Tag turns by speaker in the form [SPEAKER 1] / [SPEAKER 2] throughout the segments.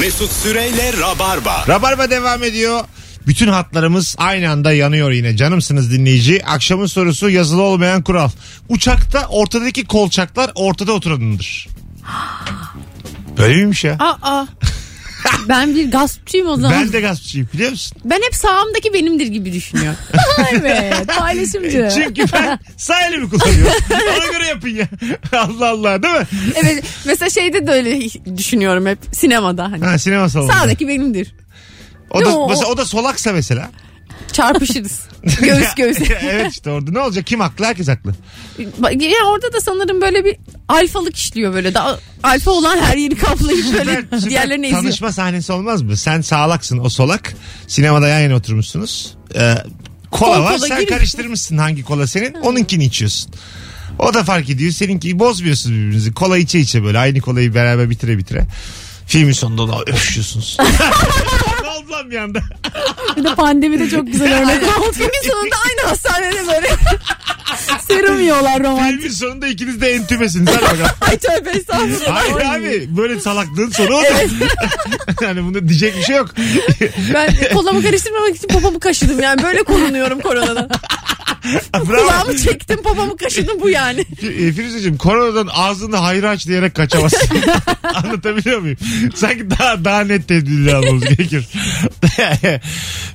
[SPEAKER 1] Mesut Süreyle Rabarba.
[SPEAKER 2] Rabarba devam ediyor. Bütün hatlarımız aynı anda yanıyor yine. Canımsınız dinleyici. Akşamın sorusu yazılı olmayan kural. Uçakta ortadaki kolçaklar ortada oturanındır. Böyle miymiş ya?
[SPEAKER 3] Aa. ben bir gaspçıyım o zaman.
[SPEAKER 2] Ben
[SPEAKER 3] Ben,
[SPEAKER 2] de gaspçıyım biliyor musun?
[SPEAKER 3] hep sağımdaki benimdir gibi düşünüyor. evet paylaşımcı.
[SPEAKER 2] Çünkü ben sağ elimi kullanıyorum. Ona göre yapın ya. Allah Allah değil mi?
[SPEAKER 3] Evet mesela şeyde de öyle düşünüyorum hep sinemada hani.
[SPEAKER 2] Ha, sinema salonunda.
[SPEAKER 3] Sağdaki benimdir.
[SPEAKER 2] O da,
[SPEAKER 3] Yo.
[SPEAKER 2] mesela, o da solaksa mesela.
[SPEAKER 3] Çarpışırız. Göğüs göğüse.
[SPEAKER 2] evet işte orada ne olacak? Kim haklı? Herkes haklı.
[SPEAKER 3] Bak, Ya orada da sanırım böyle bir alfalık işliyor böyle. Daha alfa olan her yeri kaplayıp böyle
[SPEAKER 2] Süper- süper
[SPEAKER 3] diğerlerini eziyor.
[SPEAKER 2] Tanışma sahnesi olmaz mı? Sen sağlaksın o solak. Sinemada yan yana oturmuşsunuz. Ee, kola
[SPEAKER 3] Kol
[SPEAKER 2] var
[SPEAKER 3] kola
[SPEAKER 2] sen
[SPEAKER 3] girmiş.
[SPEAKER 2] karıştırmışsın hangi kola senin. Onunkini içiyorsun. O da fark ediyor. Seninkiyi bozmuyorsunuz birbirinizi. Kola içe içe böyle. Aynı kolayı beraber bitire bitire. Filmin sonunda da öpüşüyorsunuz. ne oldu lan bir anda?
[SPEAKER 4] Bir de pandemide çok güzel örnek oldu.
[SPEAKER 3] Filmin sonunda aynı hastanede böyle.
[SPEAKER 4] Serum yiyorlar romantik.
[SPEAKER 2] Filmin sonunda ikiniz de entümesiniz. Hadi bakalım.
[SPEAKER 3] Ay tövbe estağfurullah.
[SPEAKER 2] Hayır abi böyle salaklığın sonu oldu. yani bunda diyecek bir şey yok.
[SPEAKER 3] Ben kolamı karıştırmamak için popomu kaşıdım yani. Böyle korunuyorum koronadan.
[SPEAKER 2] Bravo.
[SPEAKER 3] Kulağımı çektim popomu kaşıdım bu yani.
[SPEAKER 2] E, Firuzeciğim koronadan ağzını hayra aç diyerek kaçamazsın. Anlatabiliyor muyum? Sanki daha daha net tedbirler almamız gerekir.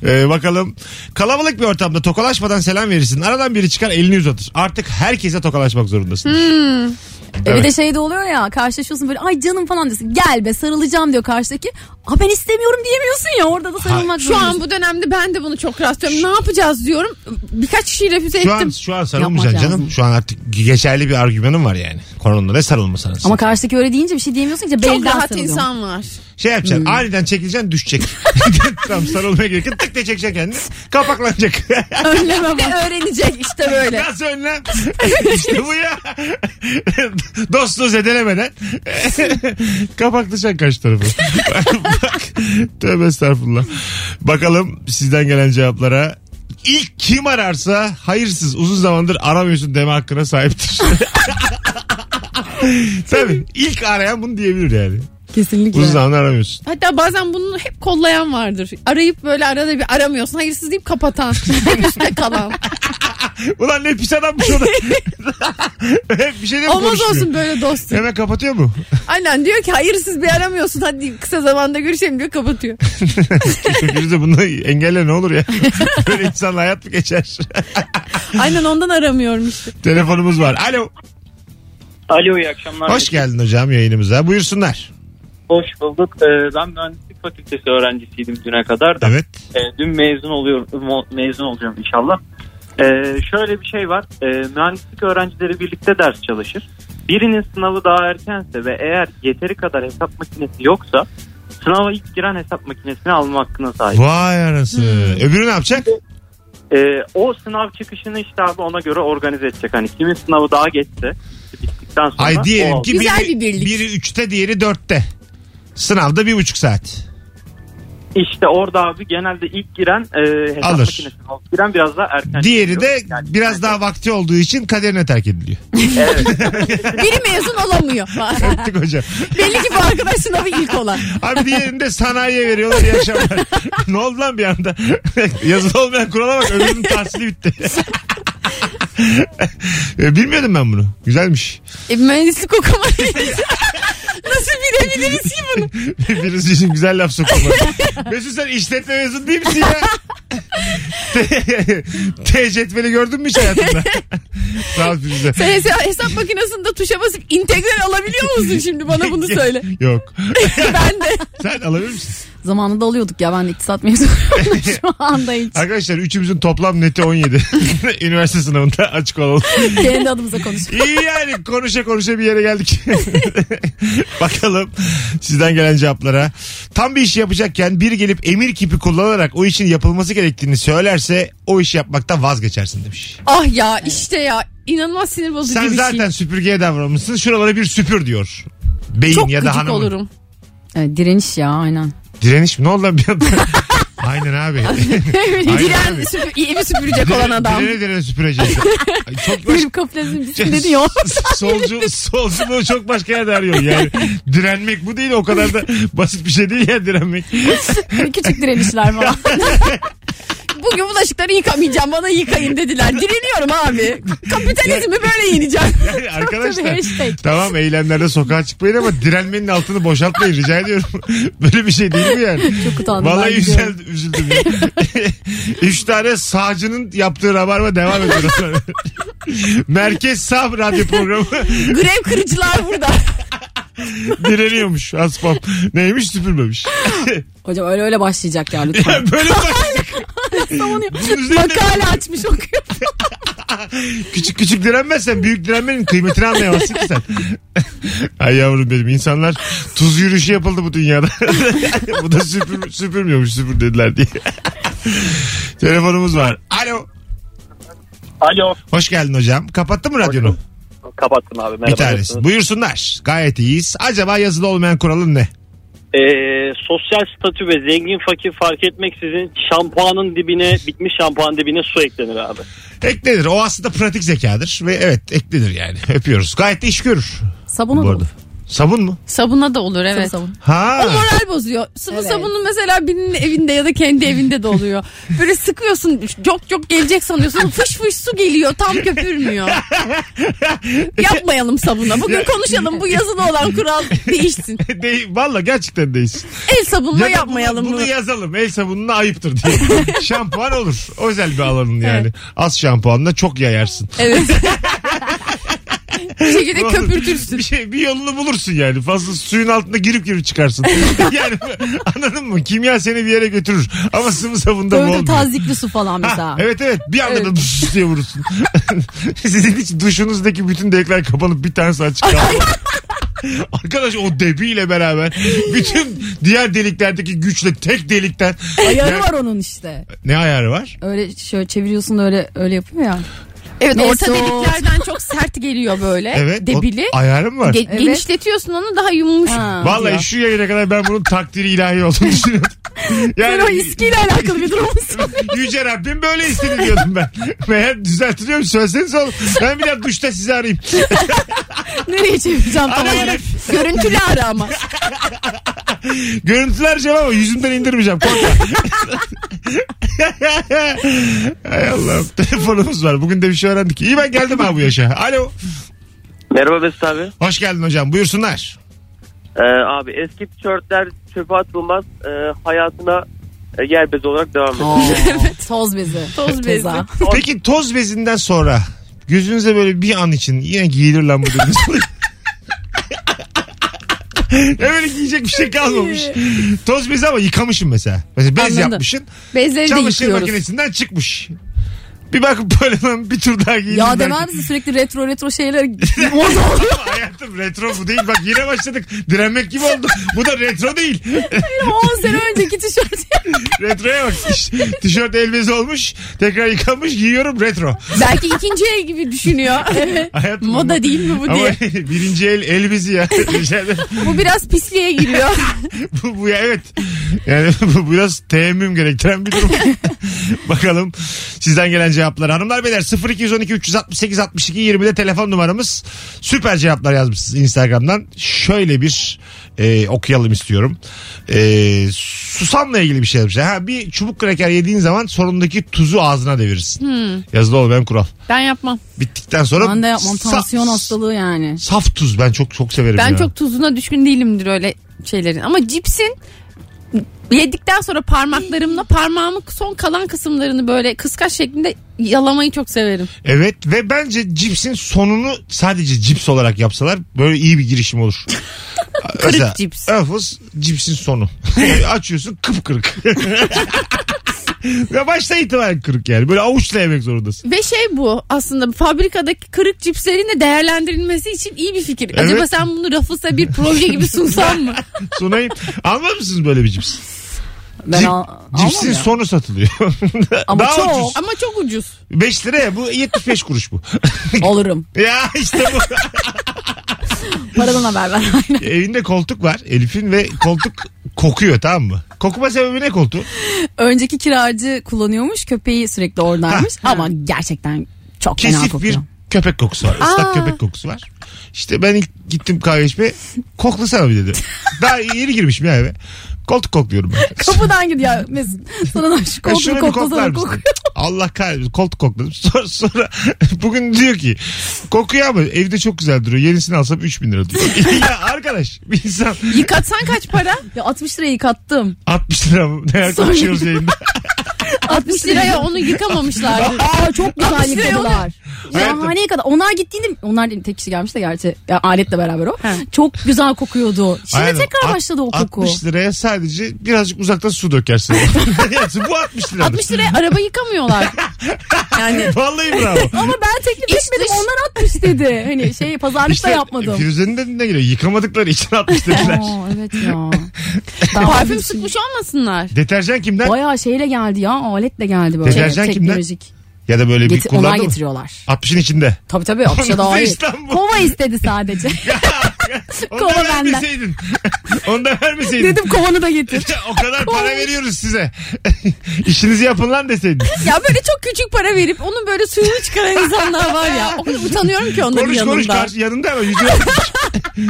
[SPEAKER 2] E, bakalım. Kalabalık bir ortamda tokalaşmadan selam verirsin. Aradan biri çıkar elini uzatır. Artık herkese tokalaşmak zorundasın.
[SPEAKER 4] Hmm, E bir de
[SPEAKER 2] Evet.
[SPEAKER 4] şey de oluyor ya karşılaşıyorsun böyle ay canım falan diyorsun. Gel be sarılacağım diyor karşıdaki. Aa ben istemiyorum diyemiyorsun ya orada da sarılmak
[SPEAKER 3] Şu an
[SPEAKER 4] zorundasın.
[SPEAKER 3] bu dönemde ben de bunu çok rastlıyorum. Ne yapacağız diyorum. Birkaç kişiyi refüze
[SPEAKER 2] Şu an,
[SPEAKER 3] ettim.
[SPEAKER 2] şu an sarılmayacaksın
[SPEAKER 4] Yapmak
[SPEAKER 2] canım.
[SPEAKER 4] lazım.
[SPEAKER 2] Şu an artık geçerli bir argümanım var yani. Koronada ne sarılmasan.
[SPEAKER 4] Ama karşıdaki öyle deyince bir şey diyemiyorsun ki belden
[SPEAKER 3] çok rahat
[SPEAKER 4] sarılıyorsun.
[SPEAKER 3] insan var.
[SPEAKER 2] Şey yapacaksın
[SPEAKER 4] Hmm.
[SPEAKER 2] aniden çekileceksin düşecek. Tam sarılmaya gerek yok. Tık diye çekeceksin kendini. Kapaklanacak.
[SPEAKER 3] Önleme bak. Öğrenecek işte böyle.
[SPEAKER 2] Nasıl önlem? işte bu ya. Dostluğu zedelemeden kapaklaşan kaç tarafı. Bak, tövbe estağfurullah. Bakalım sizden gelen cevaplara. İlk kim ararsa hayırsız uzun zamandır aramıyorsun deme hakkına sahiptir. Tabii ilk arayan bunu diyebilir yani.
[SPEAKER 4] Kesinlikle.
[SPEAKER 2] Uzun zamandır aramıyorsun.
[SPEAKER 3] Hatta bazen bunu hep kollayan vardır. Arayıp böyle arada bir aramıyorsun. Hayırsız deyip kapatan. Üstte kalan.
[SPEAKER 2] Ulan ne pis adammış o da. Hep bir şey de mi
[SPEAKER 3] Olmaz
[SPEAKER 2] konuşmuyor?
[SPEAKER 3] olsun böyle dostum.
[SPEAKER 2] Hemen kapatıyor mu?
[SPEAKER 3] Aynen diyor ki hayırsız bir aramıyorsun. Hadi kısa zamanda görüşelim diyor kapatıyor.
[SPEAKER 2] Kökünüzde bunu engelle ne olur ya. Böyle insanla hayat mı geçer?
[SPEAKER 3] Aynen ondan aramıyorum işte.
[SPEAKER 2] Telefonumuz var. Alo.
[SPEAKER 5] Alo iyi akşamlar.
[SPEAKER 2] Hoş geldin hocam yayınımıza. Buyursunlar.
[SPEAKER 5] Hoş bulduk. Ee, ben mühendislik fakültesi öğrencisiydim düne kadar da.
[SPEAKER 2] Evet.
[SPEAKER 5] Ee, dün mezun oluyorum mezun olacağım inşallah. Ee, şöyle bir şey var. Ee, mühendislik öğrencileri birlikte ders çalışır. Birinin sınavı daha erkense ve eğer yeteri kadar hesap makinesi yoksa sınava ilk giren hesap makinesini alma hakkına sahip.
[SPEAKER 2] Vay arası.
[SPEAKER 3] Hmm.
[SPEAKER 2] Öbürü ne yapacak?
[SPEAKER 5] Ee, o sınav çıkışını işte abi ona göre organize edecek. Hani kimin sınavı daha geçse bittikten sonra
[SPEAKER 2] Ay diyelim
[SPEAKER 5] o
[SPEAKER 2] ki
[SPEAKER 3] Güzel
[SPEAKER 2] biri,
[SPEAKER 3] bir birlik.
[SPEAKER 2] biri üçte diğeri dörtte. Sınavda bir buçuk saat.
[SPEAKER 5] İşte orada abi genelde ilk giren e, hesap
[SPEAKER 2] Alır.
[SPEAKER 5] makinesine ilk giren biraz daha erken.
[SPEAKER 2] Diğeri
[SPEAKER 5] çıkıyor.
[SPEAKER 2] de
[SPEAKER 5] Yani-
[SPEAKER 2] biraz daha vakti olduğu için kaderine terk ediliyor.
[SPEAKER 3] Biri mezun olamıyor.
[SPEAKER 2] Öptük hocam.
[SPEAKER 3] Belli ki bu arkadaş sınavı ilk olan.
[SPEAKER 2] Abi diğerini de sanayiye veriyorlar iyi akşamlar. ne oldu lan bir anda? Yazılı olmayan kurala bak öbürünün tahsili bitti. E, Bilmiyordum ben bunu. Güzelmiş.
[SPEAKER 3] E, mühendislik okumayı. Nasıl bilebiliriz
[SPEAKER 4] şey-
[SPEAKER 3] ki bunu?
[SPEAKER 2] Birisi için güzel laf sokulmadı. Mesut sen işletme mezunu değil misin ya? Te- T cetveli gördün mü hiç hayatında? Sağ ol Firuze.
[SPEAKER 3] Sen hesa- hesap makinesinde tuşa basıp integral alabiliyor musun şimdi bana bunu söyle.
[SPEAKER 2] Yok.
[SPEAKER 3] ben de.
[SPEAKER 2] Sen alabilir misin?
[SPEAKER 4] Zamanında alıyorduk ya ben de iktisat mezunuyum şu anda hiç.
[SPEAKER 2] Arkadaşlar üçümüzün toplam neti 17. Üniversite sınavında açık olalım.
[SPEAKER 4] Kendi adımıza konuşuyoruz.
[SPEAKER 2] İyi yani konuşa konuşa bir yere geldik. Bakalım sizden gelen cevaplara. Tam bir işi yapacakken biri gelip emir kipi kullanarak o işin yapılması gerektiğini söylerse o işi yapmaktan vazgeçersin demiş.
[SPEAKER 3] Ah ya işte ya inanılmaz sinir bozucu
[SPEAKER 2] Sen
[SPEAKER 3] bir
[SPEAKER 2] zaten
[SPEAKER 3] şey.
[SPEAKER 2] süpürgeye davranmışsın. Şuralara bir süpür diyor. Beyin
[SPEAKER 3] Çok
[SPEAKER 2] ya da
[SPEAKER 3] gıcık
[SPEAKER 2] hanımın.
[SPEAKER 3] olurum.
[SPEAKER 4] Evet, direniş ya aynen.
[SPEAKER 2] Direniş mi? Ne oldu lan bir anda? Aynen abi. Aynen abi.
[SPEAKER 3] Diren süpür, evi süpürecek olan adam.
[SPEAKER 2] Direne direne süpüreceksin. Ay, Çok baş...
[SPEAKER 4] Benim kapitalizm bisiklet diyor.
[SPEAKER 2] Şey, Solcu, solculuğu çok başka yerde arıyorsun yani. Direnmek bu değil o kadar da basit bir şey değil ya direnmek.
[SPEAKER 4] Küçük direnişler falan.
[SPEAKER 3] Bugün bulaşıkları yıkamayacağım bana yıkayın dediler. Direniyorum abi. Kapitalizmi böyle yeneceğim.
[SPEAKER 2] Yani arkadaşlar
[SPEAKER 4] hashtag.
[SPEAKER 2] tamam eylemlerde sokağa çıkmayın ama direnmenin altını boşaltmayın rica ediyorum. Böyle bir şey değil mi yani?
[SPEAKER 4] Çok utandım. ben
[SPEAKER 2] Vallahi
[SPEAKER 4] gidiyorum.
[SPEAKER 2] üzüldüm. üzüldüm ya. Üç tane sağcının yaptığı rabarba devam ediyor. Merkez Sağ radyo programı
[SPEAKER 3] Grev kırıcılar burada.
[SPEAKER 2] direniyormuş Aspam. Neymiş süpürmemiş.
[SPEAKER 4] Hocam öyle öyle başlayacak ya lütfen.
[SPEAKER 2] Böyle bak
[SPEAKER 4] Savunuyor.
[SPEAKER 2] Bunun üzerine-
[SPEAKER 4] Makale açmış okuyor.
[SPEAKER 2] küçük küçük direnmezsen büyük direnmenin kıymetini anlayamazsın ki sen. Ay yavrum benim insanlar tuz yürüyüşü yapıldı bu dünyada. bu da süpür, süpürmüyormuş süpür dediler diye. Telefonumuz var. Alo.
[SPEAKER 5] Alo.
[SPEAKER 2] Hoş geldin hocam. Kapattın mı radyonu?
[SPEAKER 5] Kapattım abi. Merhaba.
[SPEAKER 2] Bir tanesi. Buyursunlar. Gayet iyiyiz. Acaba yazılı olmayan kuralın ne?
[SPEAKER 5] Ee, sosyal statü ve zengin fakir fark etmeksizin şampuanın dibine bitmiş şampuanın dibine su eklenir abi.
[SPEAKER 2] Eklenir. O aslında pratik zekadır ve evet eklenir yani. Öpüyoruz. Gayet de iş görür
[SPEAKER 4] Sabun
[SPEAKER 2] bu
[SPEAKER 4] olur.
[SPEAKER 2] arada. Sabun mu?
[SPEAKER 3] Sabuna da olur
[SPEAKER 4] Evet.
[SPEAKER 3] evet.
[SPEAKER 4] Sabun.
[SPEAKER 2] Ha.
[SPEAKER 3] O moral bozuyor. Sıvı
[SPEAKER 4] Evet.
[SPEAKER 3] sabunun mesela birinin evinde ya da kendi evinde de oluyor. Böyle sıkıyorsun çok çok gelecek sanıyorsun. Fış fış su geliyor tam köpürmüyor. Yapmayalım sabuna. Bugün konuşalım bu yazılı olan kural değişsin.
[SPEAKER 2] Değil, valla gerçekten değilsin.
[SPEAKER 3] El sabunla
[SPEAKER 2] Ya da
[SPEAKER 3] yapmayalım
[SPEAKER 2] bunu,
[SPEAKER 3] bunu.
[SPEAKER 2] bunu yazalım. El sabununa ayıptır diye. şampuan olur. Özel bir alanın yani. Az şampuanla çok yayarsın.
[SPEAKER 3] Evet. bir şekilde
[SPEAKER 2] Olur.
[SPEAKER 3] köpürtürsün.
[SPEAKER 2] Bir şey bir yolunu bulursun yani. Fazla suyun altında girip girip çıkarsın. yani anladın mı? Kimya seni bir yere götürür. Ama sıvı sabunda bu
[SPEAKER 4] Böyle
[SPEAKER 2] olmuyor.
[SPEAKER 4] tazikli su falan
[SPEAKER 2] Ha,
[SPEAKER 4] mesela.
[SPEAKER 2] evet evet bir anda da
[SPEAKER 3] Evet.
[SPEAKER 2] duş diye vurursun. Sizin hiç duşunuzdaki bütün delikler kapanıp bir tanesi açık kaldı. Arkadaş o debiyle beraber bütün diğer deliklerdeki güçle tek delikten
[SPEAKER 4] Ayarı
[SPEAKER 2] Yani-
[SPEAKER 4] var onun işte.
[SPEAKER 2] ne ayarı var?
[SPEAKER 4] Öyle şöyle çeviriyorsun da öyle öyle yapıyor ya.
[SPEAKER 3] Evet orta
[SPEAKER 4] Mesut.
[SPEAKER 3] deliklerden çok sert geliyor böyle.
[SPEAKER 4] E,
[SPEAKER 2] Evet. o-
[SPEAKER 3] Debili.
[SPEAKER 2] ayarı mı var?
[SPEAKER 3] Ge-
[SPEAKER 4] Evet.
[SPEAKER 3] E, Genişletiyorsun onu daha yumuş.
[SPEAKER 4] Ha,
[SPEAKER 2] Vallahi
[SPEAKER 4] diyor.
[SPEAKER 2] şu yayına kadar ben bunun takdiri ilahi olduğunu düşünüyordum.
[SPEAKER 4] Sen o iskiyle alakalı bir durum olsun.
[SPEAKER 2] Yüce Rabbim böyle istedi diyordum ben. Meğer düzeltiliyorum söyleseniz oğlum. Ben bir daha duşta sizi arayayım.
[SPEAKER 4] Nereye çevireceğim tam
[SPEAKER 2] Ara
[SPEAKER 4] olarak?
[SPEAKER 3] Görüntülü ara ama.
[SPEAKER 2] Görüntüler cevap ama yüzümden indirmeyeceğim. Korkma. Hay Allah'ım. Telefonumuz var. Bugün de bir şey öğrendik. İyi ben geldim abi bu yaşa. Alo.
[SPEAKER 5] Merhaba Mesut abi.
[SPEAKER 2] Hoş geldin hocam. Buyursunlar.
[SPEAKER 5] Ee, abi eski tişörtler çöpe atılmaz e, hayatına e, yer bezi olarak devam ediyor.
[SPEAKER 4] Aa, Toz bezi.
[SPEAKER 3] Toz
[SPEAKER 4] Keza.
[SPEAKER 3] bezi.
[SPEAKER 2] Peki toz bezinden sonra gözünüze böyle bir an için yine giyilir lan bu dediniz. Ya böyle giyecek bir şey kalmamış. Toz bezi ama yıkamışım mesela. Mesela bez
[SPEAKER 3] Anladım.
[SPEAKER 2] yapmışsın.
[SPEAKER 3] Bezleri de
[SPEAKER 2] Çamaşır
[SPEAKER 3] yıkıyoruz.
[SPEAKER 2] makinesinden çıkmış. Bir bakıp böyle lan bir tur daha giydim.
[SPEAKER 4] Ya
[SPEAKER 2] belki.
[SPEAKER 4] demez misin sürekli retro retro şeyler moda
[SPEAKER 2] Ama hayatım retro bu değil. Bak yine başladık. Direnmek gibi oldu. Bu da retro değil.
[SPEAKER 4] 10 sene önceki tişört.
[SPEAKER 2] Retroya bak. Tiş- Tişört elbise olmuş. Tekrar yıkanmış. Giyiyorum retro.
[SPEAKER 3] Belki ikinci el gibi düşünüyor.
[SPEAKER 2] Hayatım ama-
[SPEAKER 3] Moda değil mi bu
[SPEAKER 2] Ama
[SPEAKER 3] diye.
[SPEAKER 2] birinci el elbise ya. Rica ederim.
[SPEAKER 3] Bu biraz pisliğe giriyor.
[SPEAKER 2] bu, bu ya evet. Yani bu biraz teemmüm gerektiren bir durum. Bakalım sizden gelen cevaplar. Hanımlar beyler 0212 368 62 20'de telefon numaramız. Süper cevaplar yazmışsınız Instagram'dan. Şöyle bir e, okuyalım istiyorum. E, susamla ilgili bir şey yazmışlar. Ha, bir çubuk kraker yediğin zaman sonundaki tuzu ağzına devirirsin. Yazılı ol ben kural.
[SPEAKER 3] Ben yapmam.
[SPEAKER 2] Bittikten sonra
[SPEAKER 4] Hmm. Ben de yapmam
[SPEAKER 2] sa-
[SPEAKER 4] tansiyon hastalığı yani.
[SPEAKER 2] Saf tuz ben çok çok severim.
[SPEAKER 3] Ben
[SPEAKER 2] ya.
[SPEAKER 3] çok tuzuna düşkün değilimdir öyle şeylerin. Ama cipsin yedikten sonra parmaklarımla parmağımın son kalan kısımlarını böyle kıskaç şeklinde yalamayı çok severim.
[SPEAKER 2] Evet ve bence cipsin sonunu sadece cips olarak yapsalar böyle iyi bir girişim olur. Mesela
[SPEAKER 3] cips.
[SPEAKER 2] Öfus cipsin sonu. Açıyorsun kıpkırık. ya başta itibaren kırık yani. Böyle avuçla yemek zorundasın.
[SPEAKER 3] Ve şey bu aslında fabrikadaki kırık cipslerin de değerlendirilmesi için iyi bir fikir. Acaba
[SPEAKER 2] Evet.
[SPEAKER 3] sen bunu rafısa bir proje gibi sunsan mı?
[SPEAKER 2] Sunayım. Almaz mısınız böyle bir cips?
[SPEAKER 4] Ben
[SPEAKER 2] Cip-
[SPEAKER 4] al,
[SPEAKER 2] Cipsin
[SPEAKER 4] almam ya.
[SPEAKER 2] sonu satılıyor.
[SPEAKER 4] Ama
[SPEAKER 2] Daha
[SPEAKER 4] çok.
[SPEAKER 2] ucuz.
[SPEAKER 3] Ama çok ucuz.
[SPEAKER 2] 5 liraya bu 75 kuruş bu.
[SPEAKER 4] Alırım.
[SPEAKER 2] ya işte bu.
[SPEAKER 4] Paradan haber ver.
[SPEAKER 2] Evinde koltuk var Elif'in ve koltuk kokuyor tamam mı? Kokma sebebi ne koltuğu?
[SPEAKER 4] Önceki kiracı kullanıyormuş köpeği sürekli oradaymış ama gerçekten çok fena
[SPEAKER 2] Kesif
[SPEAKER 4] kokuyor.
[SPEAKER 2] bir köpek kokusu var. Islak köpek kokusu var. İşte ben ilk gittim kahve içmeye. Koklasana bir dedi. Daha yeni girmişim ya eve. Koltuk kokluyorum ben.
[SPEAKER 4] Kapıdan gidiyor ya Mesut. Sana da şu
[SPEAKER 2] Ya
[SPEAKER 4] koltuğu
[SPEAKER 2] şunu bir koklar
[SPEAKER 4] koklasana
[SPEAKER 2] mısın?
[SPEAKER 4] kokuyor.
[SPEAKER 2] Allah kahretsin koltuk kokladım. Sonra, sonra bugün diyor ki kokuyor ama evde çok güzel duruyor. Yenisini alsam 3000 lira diyor. ya arkadaş bir insan
[SPEAKER 3] Yıkatsan kaç para?
[SPEAKER 4] Ya 60 liraya yıkattım.
[SPEAKER 2] 60 lira mı? Neler
[SPEAKER 4] Sonra-
[SPEAKER 2] konuşuyoruz yayında.
[SPEAKER 3] 60 liraya onu yıkamamışlardı.
[SPEAKER 4] Aa çok güzel
[SPEAKER 3] 60 liraya
[SPEAKER 4] yıkadılar.
[SPEAKER 2] Hayatım.
[SPEAKER 4] Ya haneye kadar. Onlar gittiğinde onlar değil, tek kişi gelmiş de gerçi ya, aletle beraber o.
[SPEAKER 3] He.
[SPEAKER 4] Çok güzel kokuyordu. Şimdi
[SPEAKER 2] Aynen.
[SPEAKER 4] tekrar
[SPEAKER 2] Alt-
[SPEAKER 4] başladı o koku.
[SPEAKER 2] 60 liraya sadece birazcık uzaktan su dökersin. Bu 60 liradır.
[SPEAKER 3] 60 liraya araba yıkamıyorlar. Yani
[SPEAKER 2] Vallahi bravo.
[SPEAKER 4] Ama ben teklif etmedim
[SPEAKER 3] dış-
[SPEAKER 4] onlar 60 dedi. Hani şey pazarlıkta yapmadım.
[SPEAKER 2] Firuze'nin dediğine göre yıkamadıkları için 60 dediler.
[SPEAKER 4] Aa, evet ya. Daha
[SPEAKER 3] parfüm
[SPEAKER 4] bir şey-
[SPEAKER 3] sıkmış olmasınlar.
[SPEAKER 2] Deterjan kimden?
[SPEAKER 4] Bayağı şeyle geldi ya aletle geldi böyle.
[SPEAKER 2] Deterjan
[SPEAKER 4] Şey,
[SPEAKER 2] kimden?
[SPEAKER 4] teknolojik.
[SPEAKER 2] Ya da böyle bir
[SPEAKER 4] Getir, onlar
[SPEAKER 2] kullandı mı?
[SPEAKER 4] getiriyorlar.
[SPEAKER 2] 60'ın içinde.
[SPEAKER 4] Tabii tabii
[SPEAKER 2] Nasıl
[SPEAKER 4] akışa da ait.
[SPEAKER 2] İstanbul?
[SPEAKER 4] Kova istedi sadece.
[SPEAKER 2] Onu
[SPEAKER 4] Kova
[SPEAKER 2] da
[SPEAKER 4] benden.
[SPEAKER 2] vermeseydin. Onu da vermeseydin.
[SPEAKER 4] Dedim kovanı da getir.
[SPEAKER 2] o kadar para veriyoruz size. İşinizi yapın lan deseydin.
[SPEAKER 3] Ya böyle çok küçük para verip onun böyle suyunu çıkaran insanlar var ya. O kadar utanıyorum ki onların
[SPEAKER 2] Konuş
[SPEAKER 3] yanında.
[SPEAKER 2] konuş karşı yanında ama yüzüne konuş.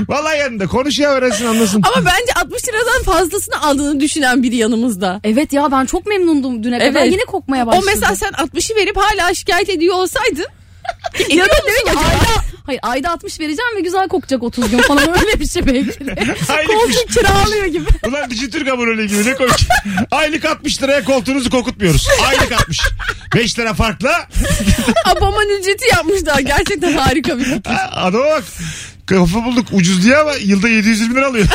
[SPEAKER 2] Vallahi yanında konuş ya öğrensin anlasın.
[SPEAKER 3] Ama bence 60 liradan fazlasını aldığını düşünen biri yanımızda.
[SPEAKER 4] Evet ya ben çok memnundum düne kadar.
[SPEAKER 3] Evet.
[SPEAKER 4] Yine kokmaya başladı.
[SPEAKER 3] O mesela sen 60'ı verip hala şikayet ediyor olsaydın.
[SPEAKER 4] ya da diyor ki ayda, hayır, ayda 60 vereceğim ve güzel kokacak 30 gün falan öyle bir şey belki de.
[SPEAKER 2] Aylıkmış.
[SPEAKER 4] Koltuk kiralıyor gibi.
[SPEAKER 2] Ulan Dijitürk aboneliği gibi ne konuş. Aylık 60 liraya koltuğunuzu kokutmuyoruz. Aylık 60. 5 lira farkla
[SPEAKER 3] Aboman ücreti yapmışlar. Gerçekten harika bir fikir.
[SPEAKER 2] Ha, Adama bak. Kafa bulduk ucuz diye ama yılda 720 lira alıyor.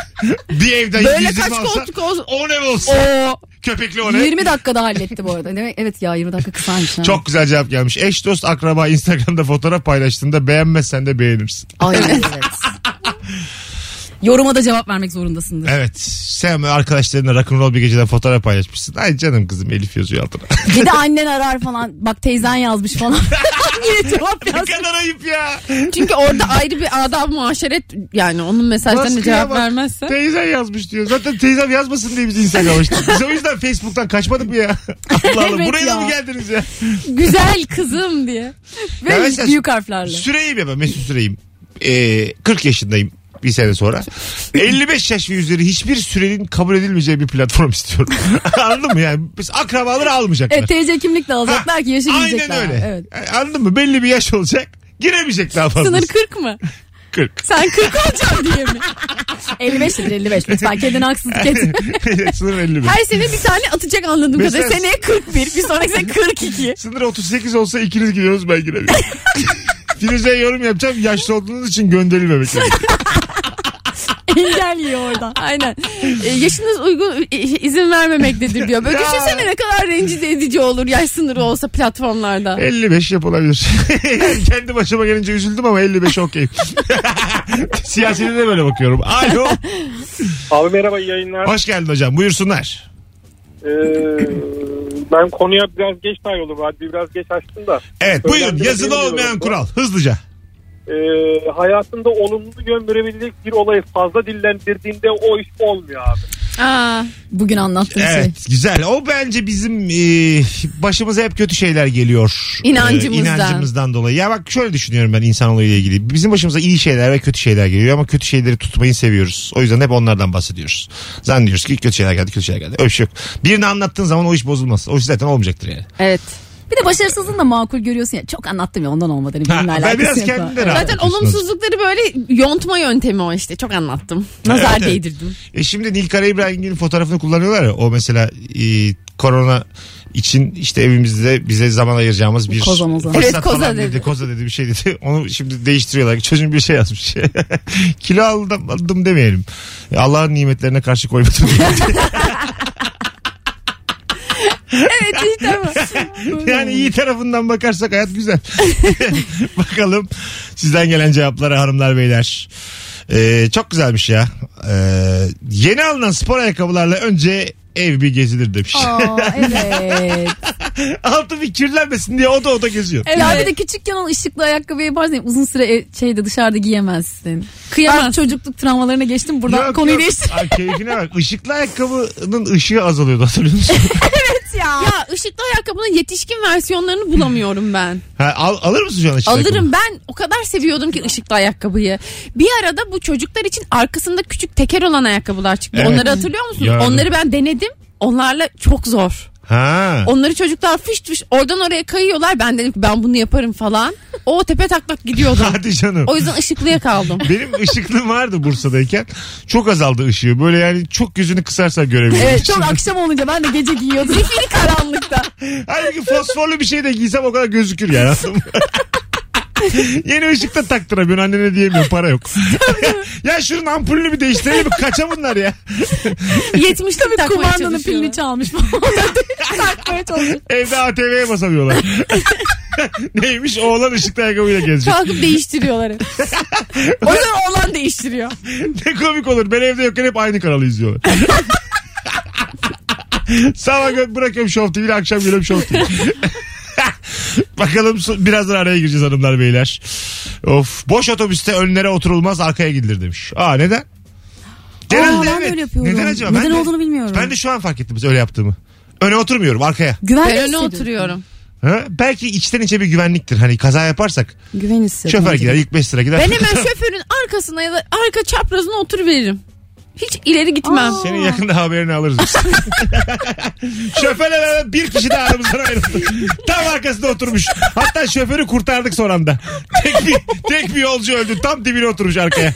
[SPEAKER 2] bir evden
[SPEAKER 3] Böyle
[SPEAKER 2] 720
[SPEAKER 3] kaç
[SPEAKER 2] alsa
[SPEAKER 3] koltuk olsun.
[SPEAKER 2] 10 ev olsun. Köpekli 10 ev.
[SPEAKER 4] 20 dakikada halletti bu arada. Demek evet ya 20 dakika kısaymış. ha.
[SPEAKER 2] Çok güzel cevap gelmiş. Eş dost akraba Instagram'da fotoğraf paylaştığında beğenmezsen de beğenirsin.
[SPEAKER 4] Ay, evet. Yoruma da cevap vermek zorundasındır.
[SPEAKER 2] Evet. Sen arkadaşlarına rock'n'roll bir geceden fotoğraf paylaşmışsın. Ay canım kızım Elif yazıyor altına.
[SPEAKER 4] Bir de annen arar falan. Bak teyzen yazmış falan. Yine cevap
[SPEAKER 2] ne
[SPEAKER 4] yaz.
[SPEAKER 2] kadar ayıp ya.
[SPEAKER 3] Çünkü orada ayrı bir adam muaşeret yani onun mesajlarına
[SPEAKER 2] Baskıya
[SPEAKER 3] cevap
[SPEAKER 2] bak.
[SPEAKER 3] vermezsen.
[SPEAKER 2] Teyzen yazmış diyor. Zaten teyzem yazmasın diye bizi Instagram'a açtık. Biz o yüzden Facebook'tan kaçmadık mı ya? Allah Allah.
[SPEAKER 4] Evet
[SPEAKER 2] Buraya da
[SPEAKER 4] ya.
[SPEAKER 2] mı geldiniz ya?
[SPEAKER 3] Güzel kızım diye.
[SPEAKER 4] Ve
[SPEAKER 2] Ya mesela-
[SPEAKER 4] büyük harflerle.
[SPEAKER 2] Süreyim ya ben Mesut Süreyim. Ee, 40 yaşındayım bir sene sonra. 55 yaş ve üzeri hiçbir sürenin kabul edilmeyeceği bir platform istiyorum. Anladın mı yani? Biz akrabaları almayacaklar.
[SPEAKER 4] Evet TC kimlikle alacaklar ki yaşı
[SPEAKER 2] Aynen
[SPEAKER 4] bilecekler.
[SPEAKER 2] öyle.
[SPEAKER 4] Evet.
[SPEAKER 2] Yani Anladın mı? Belli bir yaş olacak. Giremeyecek daha fazla.
[SPEAKER 3] Sınır 40 mı?
[SPEAKER 2] 40.
[SPEAKER 4] Sen 40 olacaksın diye mi? 55 lidir 55 lütfen kendine haksızlık etme.
[SPEAKER 2] Sınır 55.
[SPEAKER 3] Her sene bir tane atacak anladığım
[SPEAKER 2] Mesela-
[SPEAKER 3] kadarıyla. Seneye 41, bir sonraki sene 42.
[SPEAKER 2] Sınır 38 olsa ikiniz gidiyoruz ben giremiyorum. Firuze'ye yorum yapacağım. Yaşlı olduğunuz için gönderilmemek lazım.
[SPEAKER 4] Engelliyor oradan.
[SPEAKER 3] Aynen. Ee, yaşınız uygun e, izin vermemektedir diyor. Böyle
[SPEAKER 2] Ya.
[SPEAKER 3] düşünsene ne kadar rencide edici olur yaş sınırı olsa platformlarda.
[SPEAKER 2] 55 yapılabilir. Yani Kendi başıma gelince üzüldüm ama 55 okey. Siyasete de böyle bakıyorum. Alo.
[SPEAKER 5] Abi merhaba iyi yayınlar.
[SPEAKER 2] Hoş geldin hocam. Buyursunlar.
[SPEAKER 5] Ee, ben konuya biraz geç dahil oldum. Radyoyu biraz geç açtım da.
[SPEAKER 2] Evet buyurun.
[SPEAKER 5] Öğrendim,
[SPEAKER 2] Yazılı
[SPEAKER 5] bilmiyorum.
[SPEAKER 2] olmayan kural. Hızlıca.
[SPEAKER 5] Ee, hayatında olumlu yön verebilecek bir olayı fazla dillendirdiğinde o iş olmuyor abi.
[SPEAKER 3] Aa,
[SPEAKER 4] Bugün anlattığım şey.
[SPEAKER 2] Evet güzel. O bence bizim e, başımıza hep kötü şeyler geliyor. e,
[SPEAKER 3] İnancımızdan.
[SPEAKER 2] inancımızdan dolayı. Ya bak şöyle düşünüyorum ben insanoğluyla ilgili. Bizim başımıza iyi şeyler ve kötü şeyler geliyor ama kötü şeyleri tutmayı seviyoruz. O yüzden hep onlardan bahsediyoruz. Zannediyoruz ki kötü şeyler geldi, kötü şeyler geldi. Öyle bir şey yok. Birini anlattığın zaman o iş bozulmaz. O iş zaten olmayacaktır yani.
[SPEAKER 3] evet.
[SPEAKER 4] Bir de başarısızlığını da makul görüyorsun ya. Çok anlattım ya ondan olmadı. Hani
[SPEAKER 2] Ha, ben
[SPEAKER 4] benimle alakası
[SPEAKER 2] biraz
[SPEAKER 4] yok.
[SPEAKER 2] kendim de rahat
[SPEAKER 3] Zaten
[SPEAKER 2] yapıyorsun
[SPEAKER 3] olumsuzlukları böyle yontma yöntemi o işte. Çok anlattım. Nazar
[SPEAKER 2] Evet, evet.
[SPEAKER 3] değdirdim.
[SPEAKER 2] E şimdi Nilkara İbrahimgil'in fotoğrafını kullanıyorlar ya. O mesela e, korona için işte evimizde bize zaman ayıracağımız bir
[SPEAKER 4] Koza moza.
[SPEAKER 2] fırsat
[SPEAKER 3] Evet, koza
[SPEAKER 2] falan dedi.
[SPEAKER 3] dedi.
[SPEAKER 2] Koza dedi bir şey dedi. Onu şimdi değiştiriyorlar. Çocuğun bir şey yazmış. Kilo aldım, aldım demeyelim. E, Allah'ın nimetlerine karşı koymadım.
[SPEAKER 3] Evet işte bu.
[SPEAKER 2] yani iyi tarafından bakarsak hayat güzel. Bakalım sizden gelen cevaplara hanımlar beyler. E, çok güzelmiş ya. E, yeni alınan spor ayakkabılarla önce ev bir gezilir demiş.
[SPEAKER 4] Aa, evet.
[SPEAKER 2] Altı bir kirlenmesin diye oda oda geziyor.
[SPEAKER 4] Ya bir de küçükken o ışıklı ayakkabı yaparsan uzun süre ev- şeyde dışarıda giyemezsin. Kıyamaz. Ben çocukluk travmalarına geçtim buradan
[SPEAKER 2] Yok,
[SPEAKER 4] konuyu
[SPEAKER 2] yok.
[SPEAKER 4] değiştir.
[SPEAKER 2] Ay, keyfine bak. Işıklı ayakkabının ışığı azalıyordu hatırlıyor musun?
[SPEAKER 3] Ya ışıklı ayakkabının yetişkin versiyonlarını bulamıyorum ben.
[SPEAKER 2] Ha, al- alır mısın şu an ışıklı ayakkabı?
[SPEAKER 3] Alırım ben o kadar seviyordum ki ışıklı ayakkabıyı. Bir arada bu çocuklar için arkasında küçük teker olan ayakkabılar çıktı.
[SPEAKER 2] Evet.
[SPEAKER 3] Onları hatırlıyor musunuz?
[SPEAKER 2] Yani.
[SPEAKER 3] Onları ben denedim. Onlarla çok zor.
[SPEAKER 2] Ha.
[SPEAKER 3] Onları çocuklar fış fış oradan oraya kayıyorlar. Ben dedim ki ben bunu yaparım falan. O tepe taklak gidiyordum.
[SPEAKER 2] Hadi canım.
[SPEAKER 3] O yüzden ışıklıya kaldım.
[SPEAKER 2] Benim ışıklım vardı Bursa'dayken. Çok azaldı ışığı. Böyle yani çok gözünü kısarsa görebiliyorum.
[SPEAKER 4] Evet çok akşam olunca ben de gece giyiyordum. Zifiri karanlıkta.
[SPEAKER 2] Halbuki fosforlu bir şey de giysem o kadar gözükür yani anladın mı? Yeni ışıkta taktıramıyorsun annene diyemiyorum para yok. ya şunun ampulünü bir değiştirelim kaça bunlar ya.
[SPEAKER 3] 70 tabii
[SPEAKER 4] Kumandanın pilini çalmış falan. Takmaya çalışıyor.
[SPEAKER 2] Evde ATV'ye basamıyorlar. Neymiş oğlan ışıklı ayakkabıyla gezecek.
[SPEAKER 3] Kalkıp değiştiriyorlar. hep. o yüzden oğlan değiştiriyor.
[SPEAKER 2] ne komik olur ben evde yokken hep aynı kanalı izliyorlar. Sabah gö- bırakıyorum Show TV'yle akşam geliyorum Show TV. Bakalım su- birazdan araya gireceğiz hanımlar beyler. Of boş otobüste önlere oturulmaz arkaya gidilir demiş. Aa neden?
[SPEAKER 4] Aa, ben de öyle yapıyorum.
[SPEAKER 2] Neden acaba?
[SPEAKER 4] Neden
[SPEAKER 2] Ben de-
[SPEAKER 4] olduğunu bilmiyorum.
[SPEAKER 2] Ben de şu an fark ettim biz öyle yaptığımı. Öne oturmuyorum arkaya.
[SPEAKER 4] Güvenli
[SPEAKER 3] Ben öne
[SPEAKER 4] hissediyorum.
[SPEAKER 3] oturuyorum.
[SPEAKER 2] Ha? Belki içten içe bir güvenliktir. Hani kaza yaparsak
[SPEAKER 3] Güven hissediyorum.
[SPEAKER 2] şoför gider ilk 5 sıra gider.
[SPEAKER 3] Ben hemen şoförün arkasına ya da arka çaprazına oturuveririm. Hiç ileri gitmem.
[SPEAKER 2] Senin yakında haberini alırız biz. Şoförle beraber bir kişi daha aramızdan ayrıldı. Tam arkasında oturmuş. Hatta şoförü kurtardık son anda. Tek bir, tek bir yolcu öldü. Tam dibine oturmuş arkaya.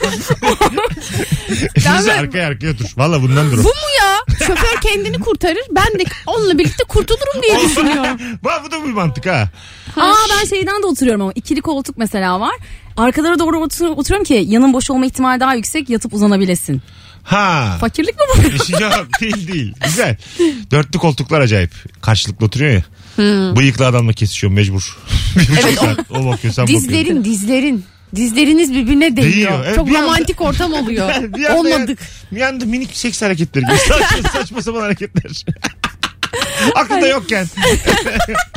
[SPEAKER 2] Biz arkaya arkaya otur. Valla bundan
[SPEAKER 3] Bu
[SPEAKER 2] durum.
[SPEAKER 3] mu ya? Şoför kendini kurtarır. Ben de onunla birlikte kurtulurum diye düşünüyorum.
[SPEAKER 2] Bak bu da bir mantık ha.
[SPEAKER 4] Aa ben şeyden de oturuyorum ama ikili koltuk mesela var. Arkalara doğru otur- oturuyorum ki yanın boş olma ihtimali daha yüksek yatıp uzanabilesin.
[SPEAKER 2] Ha.
[SPEAKER 4] Fakirlik mi bu?
[SPEAKER 2] Yok değil değil. Güzel. Dörtlü koltuklar acayip. Karşılıklı oturuyor ya.
[SPEAKER 3] Hmm.
[SPEAKER 2] Bıyıklı adamla kesişiyor mecbur. bir buçuk saat. O bakıyor sen bakıyorsun.
[SPEAKER 3] Dizlerin dizlerin. Dizleriniz birbirine değiyor.
[SPEAKER 2] Değiyor, evet.
[SPEAKER 3] Çok
[SPEAKER 2] e, Bir anda-
[SPEAKER 3] romantik ortam oluyor.
[SPEAKER 2] Bir anda
[SPEAKER 3] Olmadık.
[SPEAKER 2] Yani, bir anda minik seks hareketleri gibi. Saçma, saçma sapan hareketler. Aklında yokken.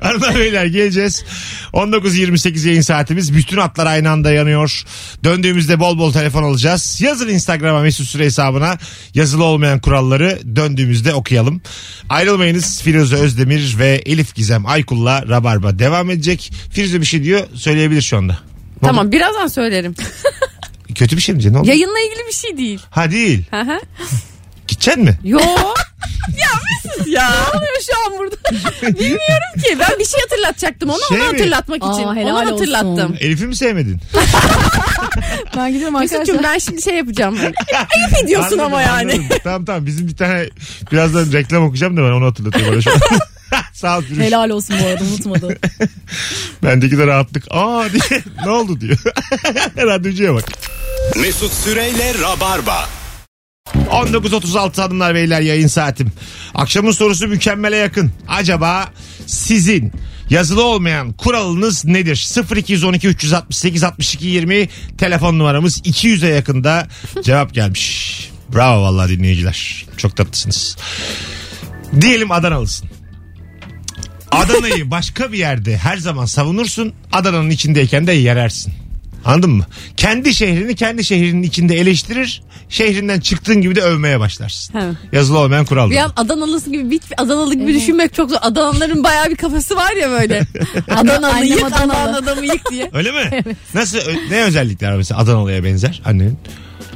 [SPEAKER 2] Arada beyler geleceğiz. 19.28 yayın saatimiz. Bütün atlar aynı anda yanıyor. Döndüğümüzde bol bol telefon alacağız. Yazın Instagram'a Mesut Süre hesabına yazılı olmayan kuralları döndüğümüzde okuyalım. Ayrılmayınız. Firuze Özdemir ve Elif Gizem Aykul'la Rabarba devam edecek. Firuze bir şey diyor. Söyleyebilir şu anda. Ne oldu?
[SPEAKER 3] Tamam birazdan söylerim.
[SPEAKER 2] Kötü bir şey mi diyeceksin? Ne oldu?
[SPEAKER 3] Yayınla ilgili bir şey değil.
[SPEAKER 2] Ha değil.
[SPEAKER 3] Hı hı.
[SPEAKER 2] Gideceksin mi?
[SPEAKER 3] Yo. ya Mesut ya. Ne oluyor şu an burada? Bilmiyorum ki. Ben bir şey hatırlatacaktım ona.
[SPEAKER 2] Şey
[SPEAKER 3] onu
[SPEAKER 2] mi?
[SPEAKER 3] hatırlatmak
[SPEAKER 4] Aa,
[SPEAKER 3] için.
[SPEAKER 4] helal
[SPEAKER 3] Onu hatırlattım.
[SPEAKER 4] olsun.
[SPEAKER 2] Elif'i mi sevmedin?
[SPEAKER 4] Ben gidiyorum
[SPEAKER 3] Mesut'cum
[SPEAKER 4] arkadaşlar.
[SPEAKER 3] ben şimdi şey yapacağım. Ayıp ediyorsun
[SPEAKER 2] Anladım,
[SPEAKER 3] ama yani.
[SPEAKER 2] anladım. Tamam tamam bizim bir tane birazdan reklam okuyacağım da ben onu hatırlatıyorum bana şu an. Sağ ol Firuş.
[SPEAKER 4] Helal olsun bu arada unutmadım.
[SPEAKER 2] Bendeki de rahatlık. Aa diye ne oldu diyor. Radyocuya bak.
[SPEAKER 1] Mesut Süreyle Rabarba.
[SPEAKER 2] 19.36 hanımlar beyler yayın saatim. Akşamın sorusu mükemmele yakın. Acaba sizin yazılı olmayan kuralınız nedir? 0212 368 62 20 telefon numaramız 200'e yakında cevap gelmiş. Bravo vallahi dinleyiciler. Çok tatlısınız. Diyelim Adanalısın. Adana'yı başka bir yerde her zaman savunursun. Adana'nın içindeyken de yerersin. Anladın mı? Kendi şehrini kendi şehrinin içinde eleştirir. Şehrinden çıktığın gibi de övmeye başlarsın.
[SPEAKER 3] Evet.
[SPEAKER 2] Yazılı olmayan kural. bu.
[SPEAKER 3] Bir an Adanalısı gibi bir Adanalı gibi düşünmek çok zor. Adanalıların bayağı bir kafası var ya böyle. Adanalı
[SPEAKER 4] Annem
[SPEAKER 3] yık,
[SPEAKER 4] Adanalı.
[SPEAKER 3] Adanalı adamı yık diye.
[SPEAKER 2] Öyle mi? Nasıl ö- ne özellikler var mesela Adanalı'ya benzer annenin?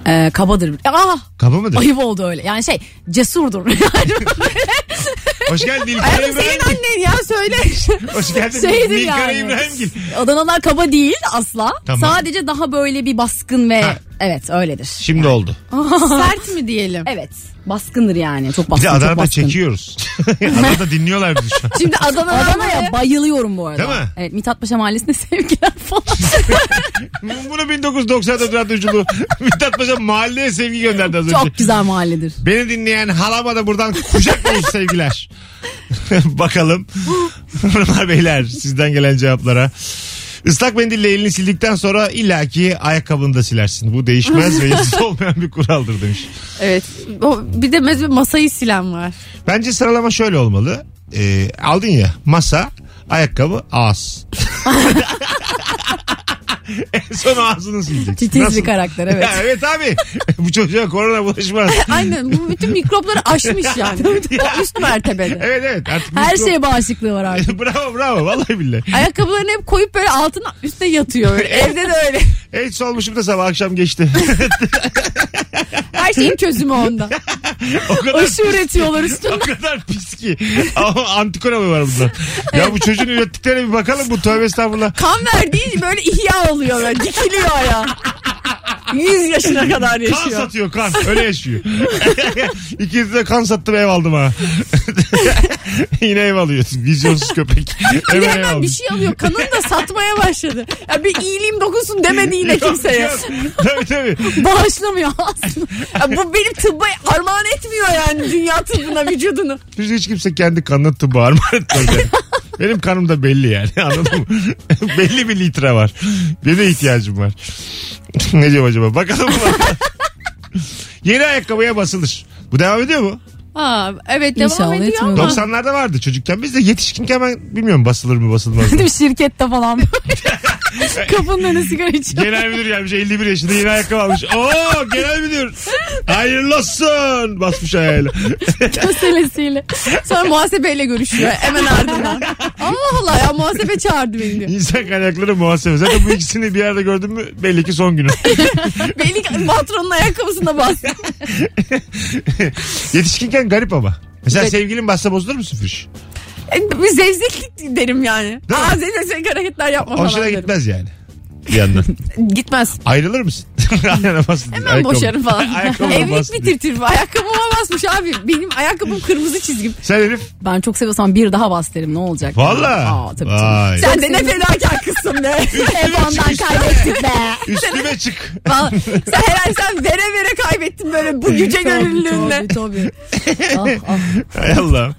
[SPEAKER 4] Ee, kabadır. Aa
[SPEAKER 2] Kaba mıdır?
[SPEAKER 4] ayıp oldu öyle. Yani şey cesurdur.
[SPEAKER 2] Hoş geldin İlker
[SPEAKER 3] Hayatım senin
[SPEAKER 2] İbrahim.
[SPEAKER 3] annen ya söyle.
[SPEAKER 2] Hoş geldin
[SPEAKER 4] Şeydir
[SPEAKER 2] İlker
[SPEAKER 4] yani.
[SPEAKER 2] İbrahimgil.
[SPEAKER 4] Adanalar kaba değil asla.
[SPEAKER 2] Tamam.
[SPEAKER 4] Sadece daha böyle bir baskın ve
[SPEAKER 2] Ha.
[SPEAKER 4] evet öyledir.
[SPEAKER 2] Şimdi oldu.
[SPEAKER 3] Sert mi diyelim?
[SPEAKER 4] Evet baskındır yani çok
[SPEAKER 2] Bir
[SPEAKER 4] baskın
[SPEAKER 2] de
[SPEAKER 4] çok
[SPEAKER 2] Adana'da
[SPEAKER 4] baskın.
[SPEAKER 2] çekiyoruz. Adana'da dinliyorlar bizi şu an.
[SPEAKER 3] Şimdi Adanalı
[SPEAKER 4] Adana'ya bayılıyorum bu arada.
[SPEAKER 2] Değil mi?
[SPEAKER 4] Evet Mithat Paşa Mahallesi'nde sevgiler falan.
[SPEAKER 2] Bunu 1994 radyoculuğu Mithat Paşa mahalleye sevgi gönderdi az önce.
[SPEAKER 4] çok güzel mahalledir.
[SPEAKER 2] Beni dinleyen halama da buradan kucak dolusu sevgiler. Bakalım. Hanımlar beyler sizden gelen cevaplara. Islak mendille elini sildikten sonra illaki ayakkabını da silersin. Bu değişmez ve hiç olmayan bir kuraldır demiş.
[SPEAKER 3] Evet. O, bir de mesela masayı silen var.
[SPEAKER 2] Bence sıralama şöyle olmalı. Ee, e, aldın ya masa, ayakkabı, ağız. en son ağzını sileceksin.
[SPEAKER 4] Titiz
[SPEAKER 2] Nasıl?
[SPEAKER 4] bir karakter evet.
[SPEAKER 2] Ya evet abi. Bu çocuğa korona bulaşmaz.
[SPEAKER 3] Aynen bu bütün mikropları aşmış yani. O üst mertebede.
[SPEAKER 2] Evet evet. Artık
[SPEAKER 3] şey
[SPEAKER 4] Her
[SPEAKER 2] mikrop-
[SPEAKER 4] şeye bağışıklığı var artık.
[SPEAKER 2] bravo bravo vallahi billahi.
[SPEAKER 3] Ayakkabılarını hep koyup böyle altına üstüne yatıyor. Böyle. Evde de öyle.
[SPEAKER 2] Hiç olmuşum da sabah akşam geçti.
[SPEAKER 3] Her şeyin çözümü onda.
[SPEAKER 2] o kadar
[SPEAKER 3] Aşı üretiyorlar üstüne.
[SPEAKER 2] o kadar pis ki. Ama antikor abi var bundan. Ya bu çocuğun ürettiklerine bir bakalım bu tövbe estağfurullah.
[SPEAKER 3] Kan verdiği böyle ihya oluyor böyle. Dikiliyor ayağa. 100 yaşına kadar
[SPEAKER 2] Kan
[SPEAKER 3] yaşıyor.
[SPEAKER 2] satıyor kan. Öyle yaşıyor. İkiniz de kan sattım ev aldım ha. Yine ev alıyorsun. Vizyonsuz köpek.
[SPEAKER 3] Bir
[SPEAKER 2] Hemen ev
[SPEAKER 3] hemen bir
[SPEAKER 2] aldım.
[SPEAKER 3] şey alıyor. Kanını da satmaya başladı. Ya bir iyiliğim dokunsun demedi yine kimseye.
[SPEAKER 2] Yok, yok. tabii tabii.
[SPEAKER 3] Bağışlamıyor aslında. Ya bu benim tıbba armağan etmiyor yani dünya tıbbına vücudunu.
[SPEAKER 2] Biz hiç kimse kendi kanına tıbbı armağan etmez yani. Benim kanım da belli yani anladın mı? belli bir litre var. Bir de ihtiyacım var. ne diyeyim acaba? Bakalım mı? Yeni ayakkabıya basılır. Bu devam ediyor mu?
[SPEAKER 3] Aa, evet devam
[SPEAKER 4] devam İnşallah ediyor
[SPEAKER 3] ediyor
[SPEAKER 4] etmiyor. ama-
[SPEAKER 3] ama.
[SPEAKER 2] 90'larda vardı çocukken. Biz de yetişkinken ben bilmiyorum basılır mı basılmaz mı.
[SPEAKER 4] Değil mi? Şirkette falan. Kapının önüne sigara içiyor.
[SPEAKER 2] genel müdür gelmiş 51 yaşında yeni ayakkabı almış. Oo genel müdür. Hayırlı olsun. Basmış ayağıyla.
[SPEAKER 3] meselesiyle. Sonra muhasebeyle görüşüyor hemen ardından. Allah Allah ya muhasebe çağırdı beni diyor.
[SPEAKER 2] İnsan kaynakları muhasebe. Zaten bu ikisini bir yerde gördün mü belli ki son günü.
[SPEAKER 3] Belli ki patronun ayakkabısına bastı.
[SPEAKER 2] Yetişkinken garip ama. Mesela
[SPEAKER 3] Evet.
[SPEAKER 2] sevgilin bassa bozulur musun Firuş?
[SPEAKER 3] E, Bir zevzeklik derim yani.
[SPEAKER 2] Değil mi?
[SPEAKER 3] Aa zevzek zevzek hareketler yapma falan
[SPEAKER 2] Hoşuna
[SPEAKER 3] derim.
[SPEAKER 2] gitmez yani. Bir yandan.
[SPEAKER 3] Gitmez.
[SPEAKER 2] Ayrılır mısın? Ayağına bastın.
[SPEAKER 3] Hemen
[SPEAKER 2] Ayakkabı-
[SPEAKER 3] boşarım falan.
[SPEAKER 2] Ayakkabına
[SPEAKER 3] Evlilik
[SPEAKER 2] bastın.
[SPEAKER 3] bitirtir. Ayakkabıma basmış abi. Benim ayakkabım kırmızı çizgim.
[SPEAKER 2] Sen Elif.
[SPEAKER 4] Ben çok seviyorsam bir daha bas derim ne olacak?
[SPEAKER 2] Valla.
[SPEAKER 4] Aa, tabii tabii.
[SPEAKER 2] Vay.
[SPEAKER 3] Sen de ne fedakar kızsın be. Hep ondan kaybettik be.
[SPEAKER 2] Üstüme çık.
[SPEAKER 3] Vallahi sen herhalde sen vere vere kaybettin böyle bu yüce gönüllülüğünle.
[SPEAKER 4] Tabii tabii. Ah, ah.
[SPEAKER 2] Hay Allah.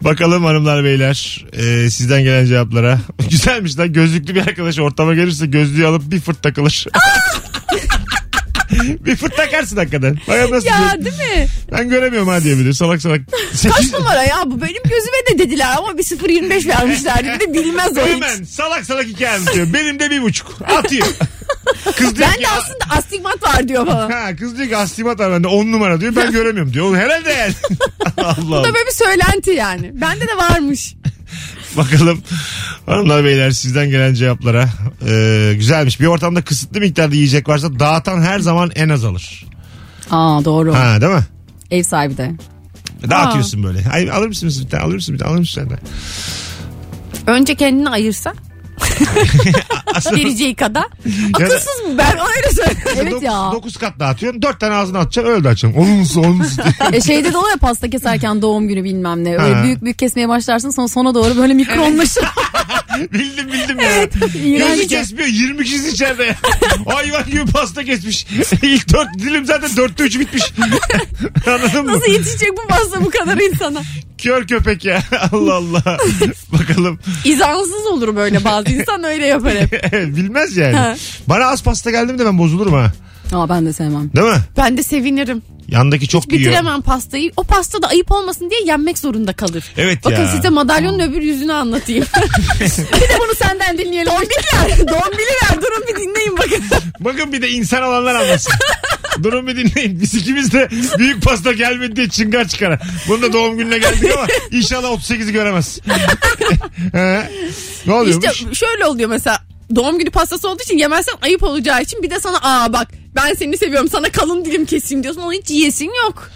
[SPEAKER 2] Bakalım hanımlar beyler e, sizden gelen cevaplara. Güzelmiş lan gözlüklü bir arkadaş ortama gelirse gözlüğü alıp bir fırt takılır. bir fırt takarsın hakikaten. Bak nasıl
[SPEAKER 3] Ya
[SPEAKER 2] diyor.
[SPEAKER 3] değil mi?
[SPEAKER 2] Ben göremiyorum ha diyebilir. Salak salak.
[SPEAKER 3] Kaç
[SPEAKER 2] Sekiz-
[SPEAKER 3] numara ya bu benim gözüme de dediler ama bir 0.25 vermişlerdi bir de bilmez o hiç.
[SPEAKER 2] Hemen salak salak hikaye anlatıyor. Benim de bir buçuk. Atıyor. Kız diyor
[SPEAKER 3] Ben
[SPEAKER 2] ki,
[SPEAKER 3] de aslında astigmat var diyor falan.
[SPEAKER 2] ha, kız diyor ki astimat var bende on numara diyor. Ben göremiyorum diyor. Oğlum herhalde yani. Allah
[SPEAKER 3] Bu
[SPEAKER 2] Allah.
[SPEAKER 3] da böyle bir söylenti yani. Bende de varmış.
[SPEAKER 2] Bakalım hanımlar beyler sizden gelen cevaplara. Ee, güzelmiş. Bir ortamda kısıtlı miktarda yiyecek varsa dağıtan her zaman en az alır.
[SPEAKER 4] Aa doğru.
[SPEAKER 2] Ha değil mi?
[SPEAKER 4] Ev sahibi de.
[SPEAKER 2] Dağıtıyorsun böyle. Ay, alır mısınız bir tane? Alır mısınız bir tane? Alır mısınız bir tane?
[SPEAKER 3] Önce kendini ayırsa. Vereceği kadar. Akılsız mı ben öyle söylüyorum.
[SPEAKER 4] Evet
[SPEAKER 2] Dokuz-
[SPEAKER 4] ya.
[SPEAKER 2] Dokuz kat dağıtıyorsun. Dört tane ağzına atacaksın. Öyle dağıtacaksın. Onun musun? Onun musun? diye.
[SPEAKER 4] E şeyde de oluyor ya, pasta keserken doğum günü bilmem ne. Öyle
[SPEAKER 2] Ha.
[SPEAKER 4] büyük büyük kesmeye başlarsın sonra sona doğru böyle mikronlaşır.
[SPEAKER 2] bildim bildim ya. Gözü
[SPEAKER 4] İğrenç.
[SPEAKER 2] kesmiyor. 20 kişi içeride. Hayvan gibi pasta kesmiş. İlk dört dilim zaten dörtte üçü bitmiş. Anladın mı?
[SPEAKER 3] Nasıl yetişecek bu pasta bu kadar insana?
[SPEAKER 2] Kör köpek ya. Allah Allah. Bakalım.
[SPEAKER 3] İzansız olur böyle bazı insan öyle yapar hep.
[SPEAKER 2] Bilmez yani.
[SPEAKER 3] Ha.
[SPEAKER 2] Bana az pasta geldi mi de ben bozulurum ha.
[SPEAKER 4] Aa ben de sevmem.
[SPEAKER 2] Değil mi?
[SPEAKER 3] Ben de sevinirim.
[SPEAKER 2] Yandaki çok yiyor.
[SPEAKER 3] Bitiremem pastayı. O pasta da ayıp olmasın diye yenmek zorunda kalır.
[SPEAKER 2] Evet
[SPEAKER 3] Bakın
[SPEAKER 2] ya.
[SPEAKER 3] size madalyonun öbür yüzünü anlatayım. bir de bunu senden dinleyelim. Dombiler. Dombililer. Durun bir dinleyin bakın.
[SPEAKER 2] Bakın bir de insan olanlar anlasın. Durun bir dinleyin. Biz ikimiz de büyük pasta gelmedi diye çıngar çıkara. Bunu da doğum gününe geldik ama inşallah 38'i göremez. He. ne oluyormuş?
[SPEAKER 3] İşte şöyle oluyor mesela. Doğum günü pastası olduğu için yemezsen ayıp olacağı için bir de sana aa bak ben seni seviyorum sana kalın dilim keseyim diyorsun onu hiç yiyesin yok.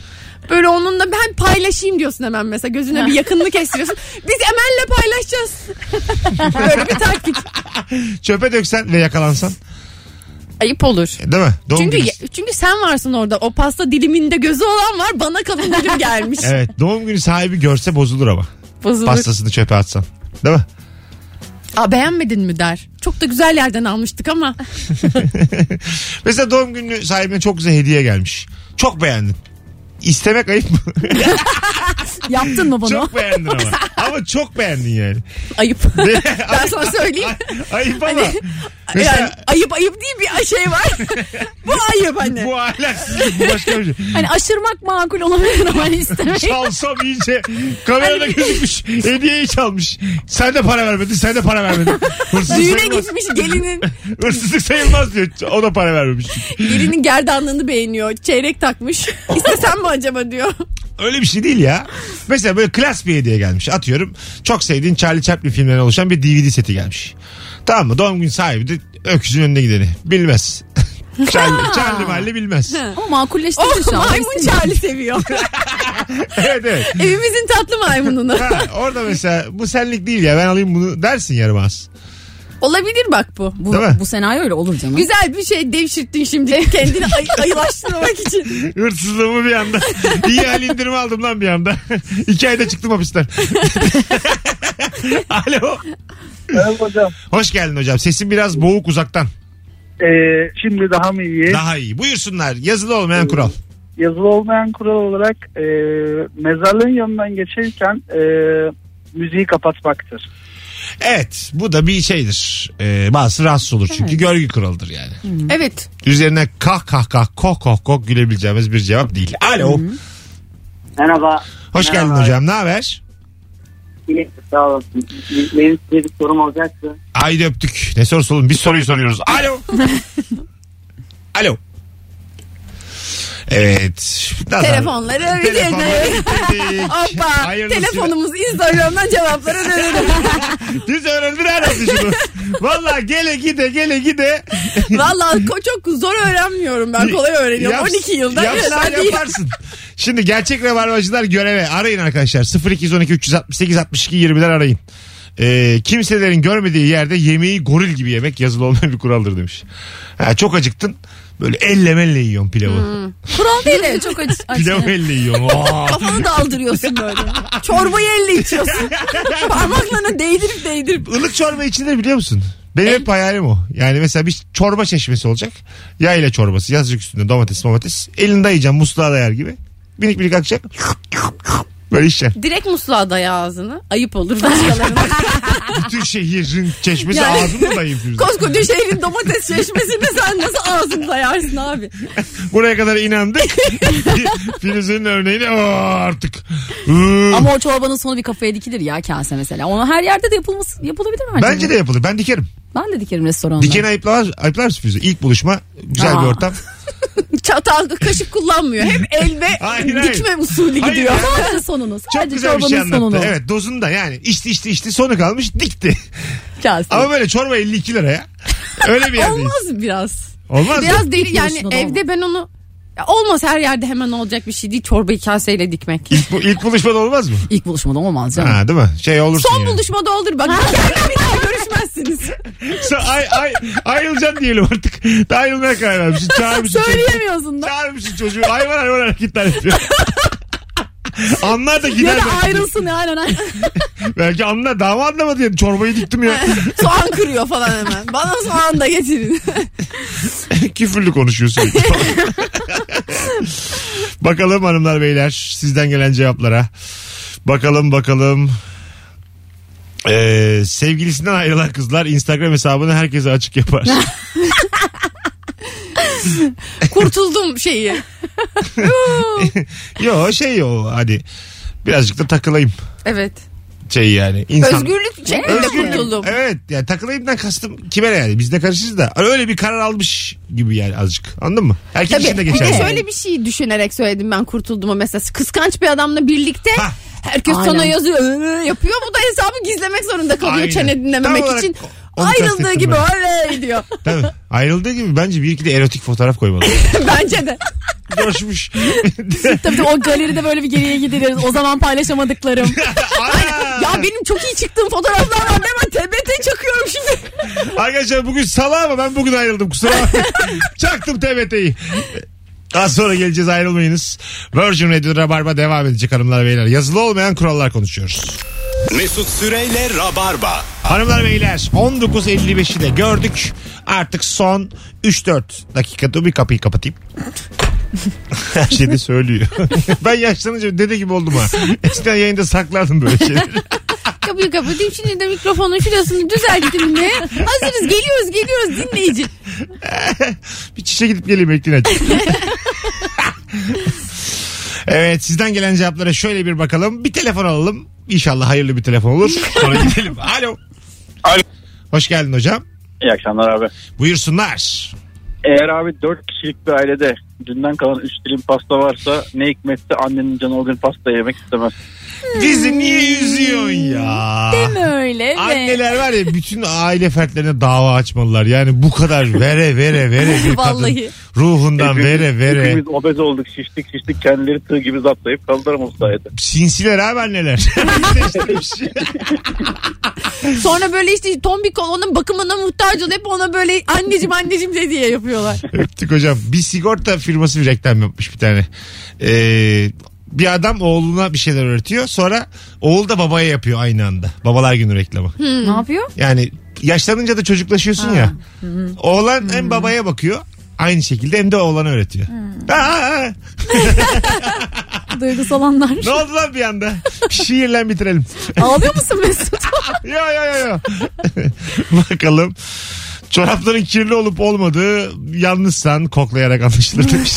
[SPEAKER 3] Böyle onunla ben paylaşayım diyorsun hemen mesela gözüne bir yakınlık kestiriyorsun. Biz Emel'le paylaşacağız. Böyle bir taktik.
[SPEAKER 2] Çöpe döksen ve yakalansan.
[SPEAKER 3] Ayıp olur.
[SPEAKER 2] Değil mi? Doğum
[SPEAKER 3] Çünkü
[SPEAKER 2] günü.
[SPEAKER 3] çünkü sen varsın orada. O pasta diliminde gözü olan var. Bana kalın dilim gelmiş.
[SPEAKER 2] Evet. Doğum günü sahibi görse bozulur ama.
[SPEAKER 3] Bozulur.
[SPEAKER 2] Pastasını çöpe atsan. Değil mi?
[SPEAKER 3] Aa beğenmedin mi der. Çok da güzel yerden almıştık ama.
[SPEAKER 2] Mesela doğum günü sahibine çok güzel hediye gelmiş. Çok beğendin. İstemek ayıp mı?
[SPEAKER 4] Yaptın mı bunu?
[SPEAKER 2] Çok beğendin ama. Ama çok beğendin yani.
[SPEAKER 3] Ayıp. ben sana söyleyeyim.
[SPEAKER 2] Ayıp ama.
[SPEAKER 3] Hani,
[SPEAKER 2] Mesela-
[SPEAKER 3] yani ayıp ayıp değil bir şey var. bu ayıp hani.
[SPEAKER 2] Bu ahlaksızlık bu başka bir şey.
[SPEAKER 4] Hani aşırmak makul olabilir ama hani istemek.
[SPEAKER 2] Çalsam iyice kamerada
[SPEAKER 3] Hani-
[SPEAKER 2] gözükmüş. Hediyeyi çalmış. Sen de para vermedin, sen de para vermedin. Hırsızlık
[SPEAKER 3] Düğüne
[SPEAKER 2] sayılmaz.
[SPEAKER 3] gitmiş gelinin
[SPEAKER 2] Hırsızlık sayılmaz diyor. O da para vermemiş.
[SPEAKER 3] gelinin gerdanlığını beğeniyor. Çeyrek takmış. İstesem mi acaba diyor.
[SPEAKER 2] Öyle bir şey değil ya. Mesela böyle klas bir hediye gelmiş. Atıyorum çok sevdiğin Charlie Chaplin filmlerinden oluşan bir DVD seti gelmiş. Tamam mı? Doğum günü sahibi de öküzün önüne gideni. Bilmez. Charlie, Charlie Mahalle bilmez.
[SPEAKER 4] Ama makulleştirdi
[SPEAKER 3] Oh
[SPEAKER 4] şu an.
[SPEAKER 3] maymun
[SPEAKER 4] İstemiyor.
[SPEAKER 3] Charlie seviyor.
[SPEAKER 2] evet evet.
[SPEAKER 3] Evimizin tatlı maymununu.
[SPEAKER 2] Ha, orada mesela bu senlik değil ya ben alayım bunu dersin yarım az.
[SPEAKER 3] Olabilir bak bu.
[SPEAKER 4] Bu,
[SPEAKER 2] Değil mi?
[SPEAKER 4] bu senaryo öyle olur canım.
[SPEAKER 3] Güzel bir şey devşirttin şimdi kendini ay- ayılaştırmak için.
[SPEAKER 2] Hırsızlığımı bir anda. İyi hal indirimi aldım lan bir anda. İki ayda çıktım hapisten. Alo.
[SPEAKER 6] Evet hocam.
[SPEAKER 2] Hoş geldin hocam. Sesin biraz boğuk uzaktan.
[SPEAKER 6] Ee, şimdi daha mı iyi?
[SPEAKER 2] Daha iyi. Buyursunlar. Yazılı olmayan kural.
[SPEAKER 6] Yazılı olmayan kural olarak e, mezarlığın yanından geçerken e, müziği kapatmaktır.
[SPEAKER 2] Evet bu da bir şeydir. Ee, bazısı rahatsız olur çünkü görgü kuralıdır yani.
[SPEAKER 3] Evet.
[SPEAKER 2] Üzerine kah kah kah koh koh koh gülebileceğimiz bir cevap değil. Alo.
[SPEAKER 5] Merhaba.
[SPEAKER 2] Hoş geldin
[SPEAKER 5] Merhaba.
[SPEAKER 2] hocam ne haber?
[SPEAKER 5] İyi, sağ olun. Benim size bir sorum olacaktı.
[SPEAKER 2] Haydi öptük. Ne sorusu oğlum biz soruyu soruyoruz. Alo. Alo. Evet. Nazar-
[SPEAKER 3] Telefonları
[SPEAKER 2] Telefonları
[SPEAKER 3] ödedik.
[SPEAKER 2] ödedik.
[SPEAKER 3] Hoppa.
[SPEAKER 2] Hayırlısı.
[SPEAKER 3] Telefonumuz Instagram'dan cevapları dönelim.
[SPEAKER 2] Düz öğrendin herhalde şunu. Valla gele gide gele gide.
[SPEAKER 3] Valla ko- çok zor öğrenmiyorum ben. Kolay öğreniyorum.
[SPEAKER 2] Yaps-
[SPEAKER 3] 12 yılda
[SPEAKER 2] yapsan
[SPEAKER 3] fena değil.
[SPEAKER 2] yaparsın. Şimdi gerçek rabarbacılar göreve arayın arkadaşlar. 0212 368 62 20'ler arayın. Ee, kimselerin görmediği yerde yemeği goril gibi yemek yazılı olmayan bir kuraldır demiş. Ha, çok acıktın böyle elle melle yiyorsun pilavı.
[SPEAKER 4] Kural değil de çok acı. acı-
[SPEAKER 2] Pilavı elle yiyorsun. Oo.
[SPEAKER 3] Kafanı daldırıyorsun böyle. Çorbayı elle içiyorsun. Parmaklarına değdirip değdirip.
[SPEAKER 2] Ilık çorba içilir biliyor musun? Benim hep hayalim o. Yani mesela bir çorba çeşmesi olacak. Yayla çorbası. Yazıcık üstünde domates domates. Elinde yiyeceğim musluğa dayar gibi. Minik minik akacak. Böyle içeceksin.
[SPEAKER 3] Direkt musluğa daya ağzını. Ayıp olur başkalarına.
[SPEAKER 2] Bütün şehrin çeşmesi
[SPEAKER 3] Yani-
[SPEAKER 2] ağzımda dayayım şimdi.
[SPEAKER 3] Koskoca şehrin domates çeşmesinde sen nasıl ağzını dayarsın abi?
[SPEAKER 2] Buraya kadar inandık. Firuze'nin örneğini "Aa, artık.
[SPEAKER 4] Ama o çorbanın sonu bir kafaya dikilir ya kase mesela. Onu her yerde de yapılması, yapılabilir mi acaba?
[SPEAKER 2] Bence de yapılır. Ben dikerim.
[SPEAKER 4] Ben de dikerim restoranda.
[SPEAKER 2] Dikeni ayıplar, ayıplar mısın Firuze? İlk buluşma güzel bir
[SPEAKER 4] Aa.
[SPEAKER 2] ortam.
[SPEAKER 3] Çatal kaşık kullanmıyor. Hep el ve
[SPEAKER 2] Hayır, hayır.
[SPEAKER 3] dikme usulü
[SPEAKER 2] Hayır
[SPEAKER 3] gidiyor.
[SPEAKER 2] ya.
[SPEAKER 4] Sadece sonunu. Sadece
[SPEAKER 2] Çok güzel bir
[SPEAKER 4] çorbanın
[SPEAKER 2] şey
[SPEAKER 4] sonunu.
[SPEAKER 2] anlattı. Evet dozunda yani. İçti içti içti sonu kalmış dikti.
[SPEAKER 4] Kase.
[SPEAKER 2] Ama böyle çorba 52 lira ya. Öyle bir yerdeyiz.
[SPEAKER 3] Olmaz biraz.
[SPEAKER 2] Olmaz. mı?
[SPEAKER 3] Biraz değil yani
[SPEAKER 4] Diyorsun,
[SPEAKER 3] evde ben onu Ya olmaz her yerde hemen olacak bir şey değil çorbayı kaseyle dikmek.
[SPEAKER 2] İlk, bu, ilk buluşmada olmaz mı?
[SPEAKER 4] İlk buluşmada olmaz canım.
[SPEAKER 2] Ha, değil mi? Şey olursun
[SPEAKER 3] Son
[SPEAKER 2] yani.
[SPEAKER 3] buluşmada olur bak. Kendin bir daha görüşmezsiniz.
[SPEAKER 2] Sen ay, ay, ayrılacaksın diyelim artık. Daha ayrılmaya karar vermişsin. Çağırmışsın.
[SPEAKER 3] Söyleyemiyorsun da.
[SPEAKER 2] Çağırmışsın çocuğu. Hayvan hayvan hareketler yapıyor. Anlar da gider.
[SPEAKER 4] Ya da
[SPEAKER 2] belki.
[SPEAKER 4] ayrılsın aynen aynen.
[SPEAKER 2] Belki anlar. Dava anlamadı yani. Çorbayı diktim ya.
[SPEAKER 3] soğan kırıyor falan hemen. Bana soğan da getirin.
[SPEAKER 2] Küfürlü konuşuyorsun. bakalım hanımlar beyler. Sizden gelen cevaplara. Bakalım bakalım. Ee, sevgilisinden ayrılan kızlar Instagram hesabını herkese açık yapar.
[SPEAKER 3] Kurtuldum şeyi.
[SPEAKER 2] Yo şey o hani birazcık da takılayım
[SPEAKER 3] Evet.
[SPEAKER 2] şey yani. İnsan...
[SPEAKER 3] Özgürlük şeklinde
[SPEAKER 2] Özgürlük.
[SPEAKER 3] kurtuldum.
[SPEAKER 2] Evet yani takılayımdan kastım kime ne yani biz de karışırız da öyle bir karar almış gibi yani azıcık anladın mı? Erkek için de
[SPEAKER 3] Tabii. Bir
[SPEAKER 2] geçer.
[SPEAKER 3] de
[SPEAKER 2] bu.
[SPEAKER 3] şöyle bir şey düşünerek söyledim ben kurtulduğumu mesela. Kıskanç bir adamla birlikte
[SPEAKER 2] Ha.
[SPEAKER 3] herkes
[SPEAKER 4] Aynen.
[SPEAKER 3] sana yazıyor "Ee," yapıyor. Bu da hesabı gizlemek zorunda kalıyor
[SPEAKER 2] Aynen.
[SPEAKER 3] çene dinlememek
[SPEAKER 2] Tam olarak
[SPEAKER 3] için.
[SPEAKER 2] onu
[SPEAKER 3] Ayrıldığı
[SPEAKER 2] kastettim
[SPEAKER 3] gibi
[SPEAKER 2] ben.
[SPEAKER 3] öyle diyor.
[SPEAKER 2] Tabii. Ayrıldığı gibi bence bir iki de erotik fotoğraf koymalı.
[SPEAKER 3] Bence de.
[SPEAKER 2] Görüşmüş.
[SPEAKER 4] Tabii tabii o galeride böyle bir geriye gideriz. O zaman paylaşamadıklarım.
[SPEAKER 2] Ana!
[SPEAKER 3] Ya benim çok iyi çıktığım fotoğraflar var. Hemen TBT çakıyorum şimdi.
[SPEAKER 2] Arkadaşlar bugün salı ama ben bugün ayrıldım kusura bakmayın. Çaktım TBT'yi. Az sonra geleceğiz ayrılmayınız. Virgin Radio Rabarba devam edecek hanımlar beyler. Yazılı olmayan kurallar konuşuyoruz.
[SPEAKER 1] Mesut Süreyle Rabarba.
[SPEAKER 2] Hanımlar beyler 19.55'i de gördük. Artık son 3-4 dakikada bir kapıyı kapatayım. Her şey şeyi de söylüyor. ben yaşlanınca dede gibi oldum ha. Eskiden yayında saklardım böyle şeyleri.
[SPEAKER 3] Ayakkabıyı kapatayım. Şimdi de mikrofonun şurasını düzelttim mi? Hazırız geliyoruz geliyoruz dinleyici.
[SPEAKER 2] Bir çişe gidip geleyim bekleyin açık. evet sizden gelen cevaplara şöyle bir bakalım. Bir telefon alalım. İnşallah hayırlı bir telefon olur. Sonra gidelim. Alo.
[SPEAKER 7] Alo.
[SPEAKER 2] Hoş geldin hocam.
[SPEAKER 7] İyi akşamlar abi.
[SPEAKER 2] Buyursunlar.
[SPEAKER 7] Eğer abi 4 kişilik bir ailede dünden kalan 3 dilim pasta varsa ne hikmetse annenin canı o gün pasta yemek istemez.
[SPEAKER 2] Bizi niye üzüyorsun ya?
[SPEAKER 4] Öyle ve
[SPEAKER 2] Anneler var ya bütün aile fertlerine dava açmalılar. Yani bu kadar vere vere vere bir kadın
[SPEAKER 3] Vallahi.
[SPEAKER 2] ruhundan
[SPEAKER 7] Hepimiz-
[SPEAKER 2] vere vere.
[SPEAKER 7] Hepimiz obez olduk şiştik şiştik kendileri tığ gibi zaplayıp kaldılar mı sayede.
[SPEAKER 2] Sinsiler abi anneler. İşte bir şey.
[SPEAKER 3] Sonra böyle işte tombik ol, onun bakımına muhtaç ol. Hep ona böyle anneciğim anneciğim de diye yapıyorlar.
[SPEAKER 2] Öptük hocam. Bir sigorta firması bir reklam yapmış bir tane. Ee, bir adam oğluna bir şeyler öğretiyor. Sonra oğul da babaya yapıyor aynı anda. Babalar günü reklamı.
[SPEAKER 4] ne yapıyor?
[SPEAKER 2] Yani yaşlanınca da çocuklaşıyorsun ya. Oğlan hem babaya bakıyor. Aynı şekilde hem de oğlana öğretiyor. Aa,
[SPEAKER 4] Duygusal anlar.
[SPEAKER 2] ne oldu lan bir anda? Şiirle bitirelim.
[SPEAKER 4] Ağlıyor musun Mesut?
[SPEAKER 2] Ya ya ya ya. Bakalım. Çorapların kirli olup olmadığı yalnızsan koklayarak anlaşılır demiş.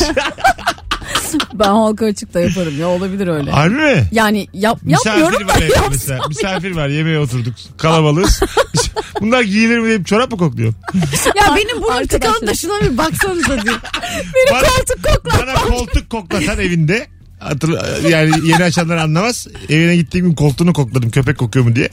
[SPEAKER 4] ben halka açık da yaparım ya olabilir öyle.
[SPEAKER 2] Harbi mi?
[SPEAKER 4] Yani yap,
[SPEAKER 2] Misafir
[SPEAKER 4] yapmıyorum da
[SPEAKER 2] var evde
[SPEAKER 4] yapsam.
[SPEAKER 2] mesela. Misafir var yemeğe oturduk. Kalabalığız. Bunlar giyilir mi deyip çorap mı kokluyor?
[SPEAKER 3] Ya benim burnum
[SPEAKER 4] Arkadaşlar.
[SPEAKER 3] tıkandı da şuna bir baksanıza diye.
[SPEAKER 2] Bana, koltuk koklat. Bana koltuk koklatan evinde. Hatırla, yani yeni açanlar anlamaz. Evine gittiğim gün koltuğunu kokladım köpek kokuyor mu diye.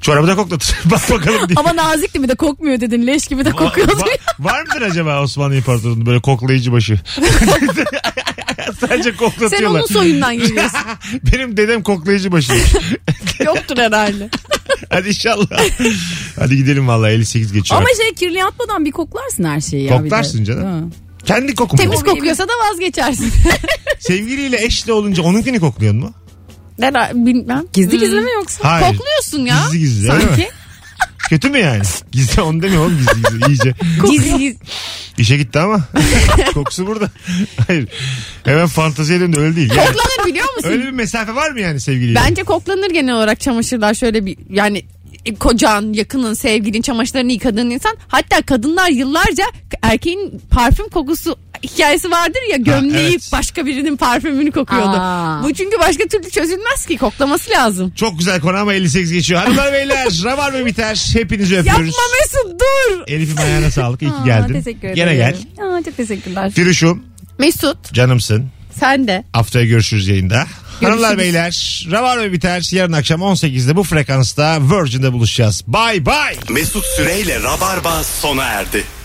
[SPEAKER 2] Çorabı da koklatır. Bak bakalım diye.
[SPEAKER 4] Ama nazikti mi de kokmuyor dedin. Leş gibi de kokuyor.
[SPEAKER 2] Va- va- var mıdır acaba Osmanlı İmparatorluğu'nda böyle koklayıcı başı? Sadece koklatıyorlar.
[SPEAKER 3] Sen onun soyundan geliyorsun.
[SPEAKER 2] Benim dedem koklayıcı başı.
[SPEAKER 3] Yoktur herhalde.
[SPEAKER 2] Hadi inşallah. Hadi gidelim vallahi 58 geçiyor.
[SPEAKER 4] Ama şey kirli atmadan bir koklarsın her şeyi ya. bir de.
[SPEAKER 2] Koklarsın canım.
[SPEAKER 4] Ha.
[SPEAKER 2] Kendi kokum.
[SPEAKER 3] Temiz
[SPEAKER 4] O benim-
[SPEAKER 3] kokuyorsa da vazgeçersin.
[SPEAKER 2] Sevgiliyle eşle olunca onunkini kokluyor mu?
[SPEAKER 3] Herhalde bilmem.
[SPEAKER 4] Gizli gizli mi yoksa?
[SPEAKER 2] Hayır.
[SPEAKER 3] Kokluyorsun ya.
[SPEAKER 2] Gizli gizli öyle mi?
[SPEAKER 3] Sanki.
[SPEAKER 2] Kötü mü yani? Gizli onu demiyor oğlum gizli gizli iyice.
[SPEAKER 3] Gizli gizli.
[SPEAKER 2] İşe gitti ama. Kokusu burada. Hayır. Hemen fanteziye döndü öyle değil. Yani
[SPEAKER 3] Koklanır biliyor musun?
[SPEAKER 2] öyle bir mesafe var mı yani sevgiliyle?
[SPEAKER 3] Bence koklanır genel olarak çamaşırlar şöyle bir yani e, kocan, yakının, sevgilin çamaşırlarını yıkadığın insan. Hatta kadınlar yıllarca k- erkeğin parfüm kokusu hikayesi vardır ya gömleği
[SPEAKER 2] evet.
[SPEAKER 3] başka birinin parfümünü kokuyordu.
[SPEAKER 4] Aa.
[SPEAKER 3] Bu çünkü başka türlü çözülmez ki koklaması lazım.
[SPEAKER 2] Çok güzel konu ama 58 geçiyor. Hanımlar beyler rabar mı biter? Hepinizi öpüyoruz.
[SPEAKER 3] Yapma Mesut dur.
[SPEAKER 2] Elif'im ayağına sağlık. İyi ki
[SPEAKER 4] Aa,
[SPEAKER 2] geldin.
[SPEAKER 4] Teşekkür ederim.
[SPEAKER 2] Gene gel.
[SPEAKER 4] Aa, çok teşekkürler.
[SPEAKER 2] Firuş'um
[SPEAKER 3] Mesut
[SPEAKER 2] canımsın.
[SPEAKER 3] sen de.
[SPEAKER 2] Haftaya görüşürüz yayında. Hanımlar beyler Rabarba biter. Yarın akşam 18'de bu frekansta Virgin'de buluşacağız. Bye bye.
[SPEAKER 1] Mesut Süreyle Rabarba sona erdi.